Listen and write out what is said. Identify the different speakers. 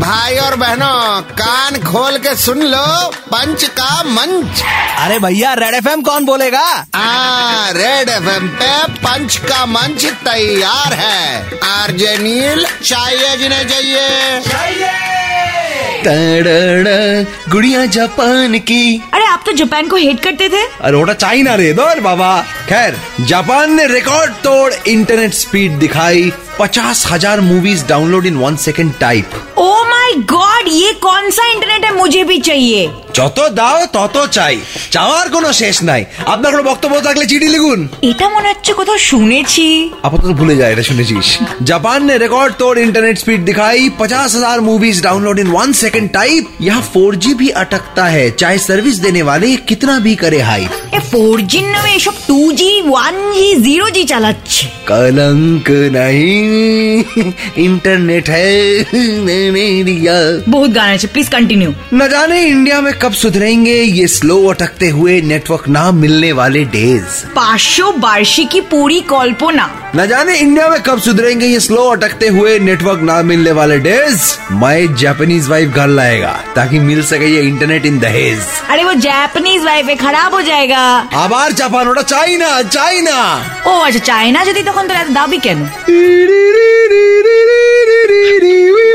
Speaker 1: भाई और बहनों कान खोल के सुन लो पंच का मंच
Speaker 2: अरे भैया रेड एफ कौन बोलेगा
Speaker 1: आ, रेड एफ पे पंच का मंच तैयार है आरजे नील चाहिए जिन्हें चाहिए
Speaker 3: गुड़िया जापान की
Speaker 4: अरे आप तो जापान को हेट करते थे
Speaker 3: अरे ओटा चाइना रे दौर बाबा खैर जापान ने रिकॉर्ड तोड़ इंटरनेट स्पीड दिखाई पचास हजार movies download in one second type
Speaker 4: oh my god Oh ये कौन सा इंटरनेट है मुझे भी चाहिए
Speaker 3: যত দাও তত চাই চাওয়ার কোনো শেষ নাই আপনার কোনো বক্তব্য থাকলে চিঠি লিখুন
Speaker 4: এটা মনে হচ্ছে কোথাও শুনেছি
Speaker 3: আপাতত ভুলে যায় এটা শুনেছিস जापान ने रिकॉर्ड तोड़ इंटरनेट स्पीड दिखाई पचास हजार movies download in one second type यहाँ फोर जी भी अटकता है चाहे सर्विस देने वाले कितना भी करे हाइप
Speaker 4: এ ফোর জির নামে এসব two G one G zero G চালাচ্ছে
Speaker 3: कलंक नहीं इंटरनेट है मैंने लिया
Speaker 4: বহুত গান আছে প্লিজ কন্টিনিউ
Speaker 3: न जाने इंडिया में कब सुधरेंगे ये स्लो अटकते हुए नेटवर्क ना मिलने वाले डेज
Speaker 4: পাঁচশো বার্ষিকী পরিকল্পনা
Speaker 3: न जाने इंडिया में कब सुधरेंगे ये स्लो अटकते हुए नेटवर्क ना मिलने वाले डेज मैं जापानीज वाइफ घर लाएगा ताकि मिल सके ये इंटरनेट इन दहेज
Speaker 4: अरे वो जापानीज वाइफे खराब हो जाएगा
Speaker 3: আবার জাপান ওটা চাই না চাই না
Speaker 4: ও আচ্ছা চায়না যদি তখন তোর এত দাবি কেন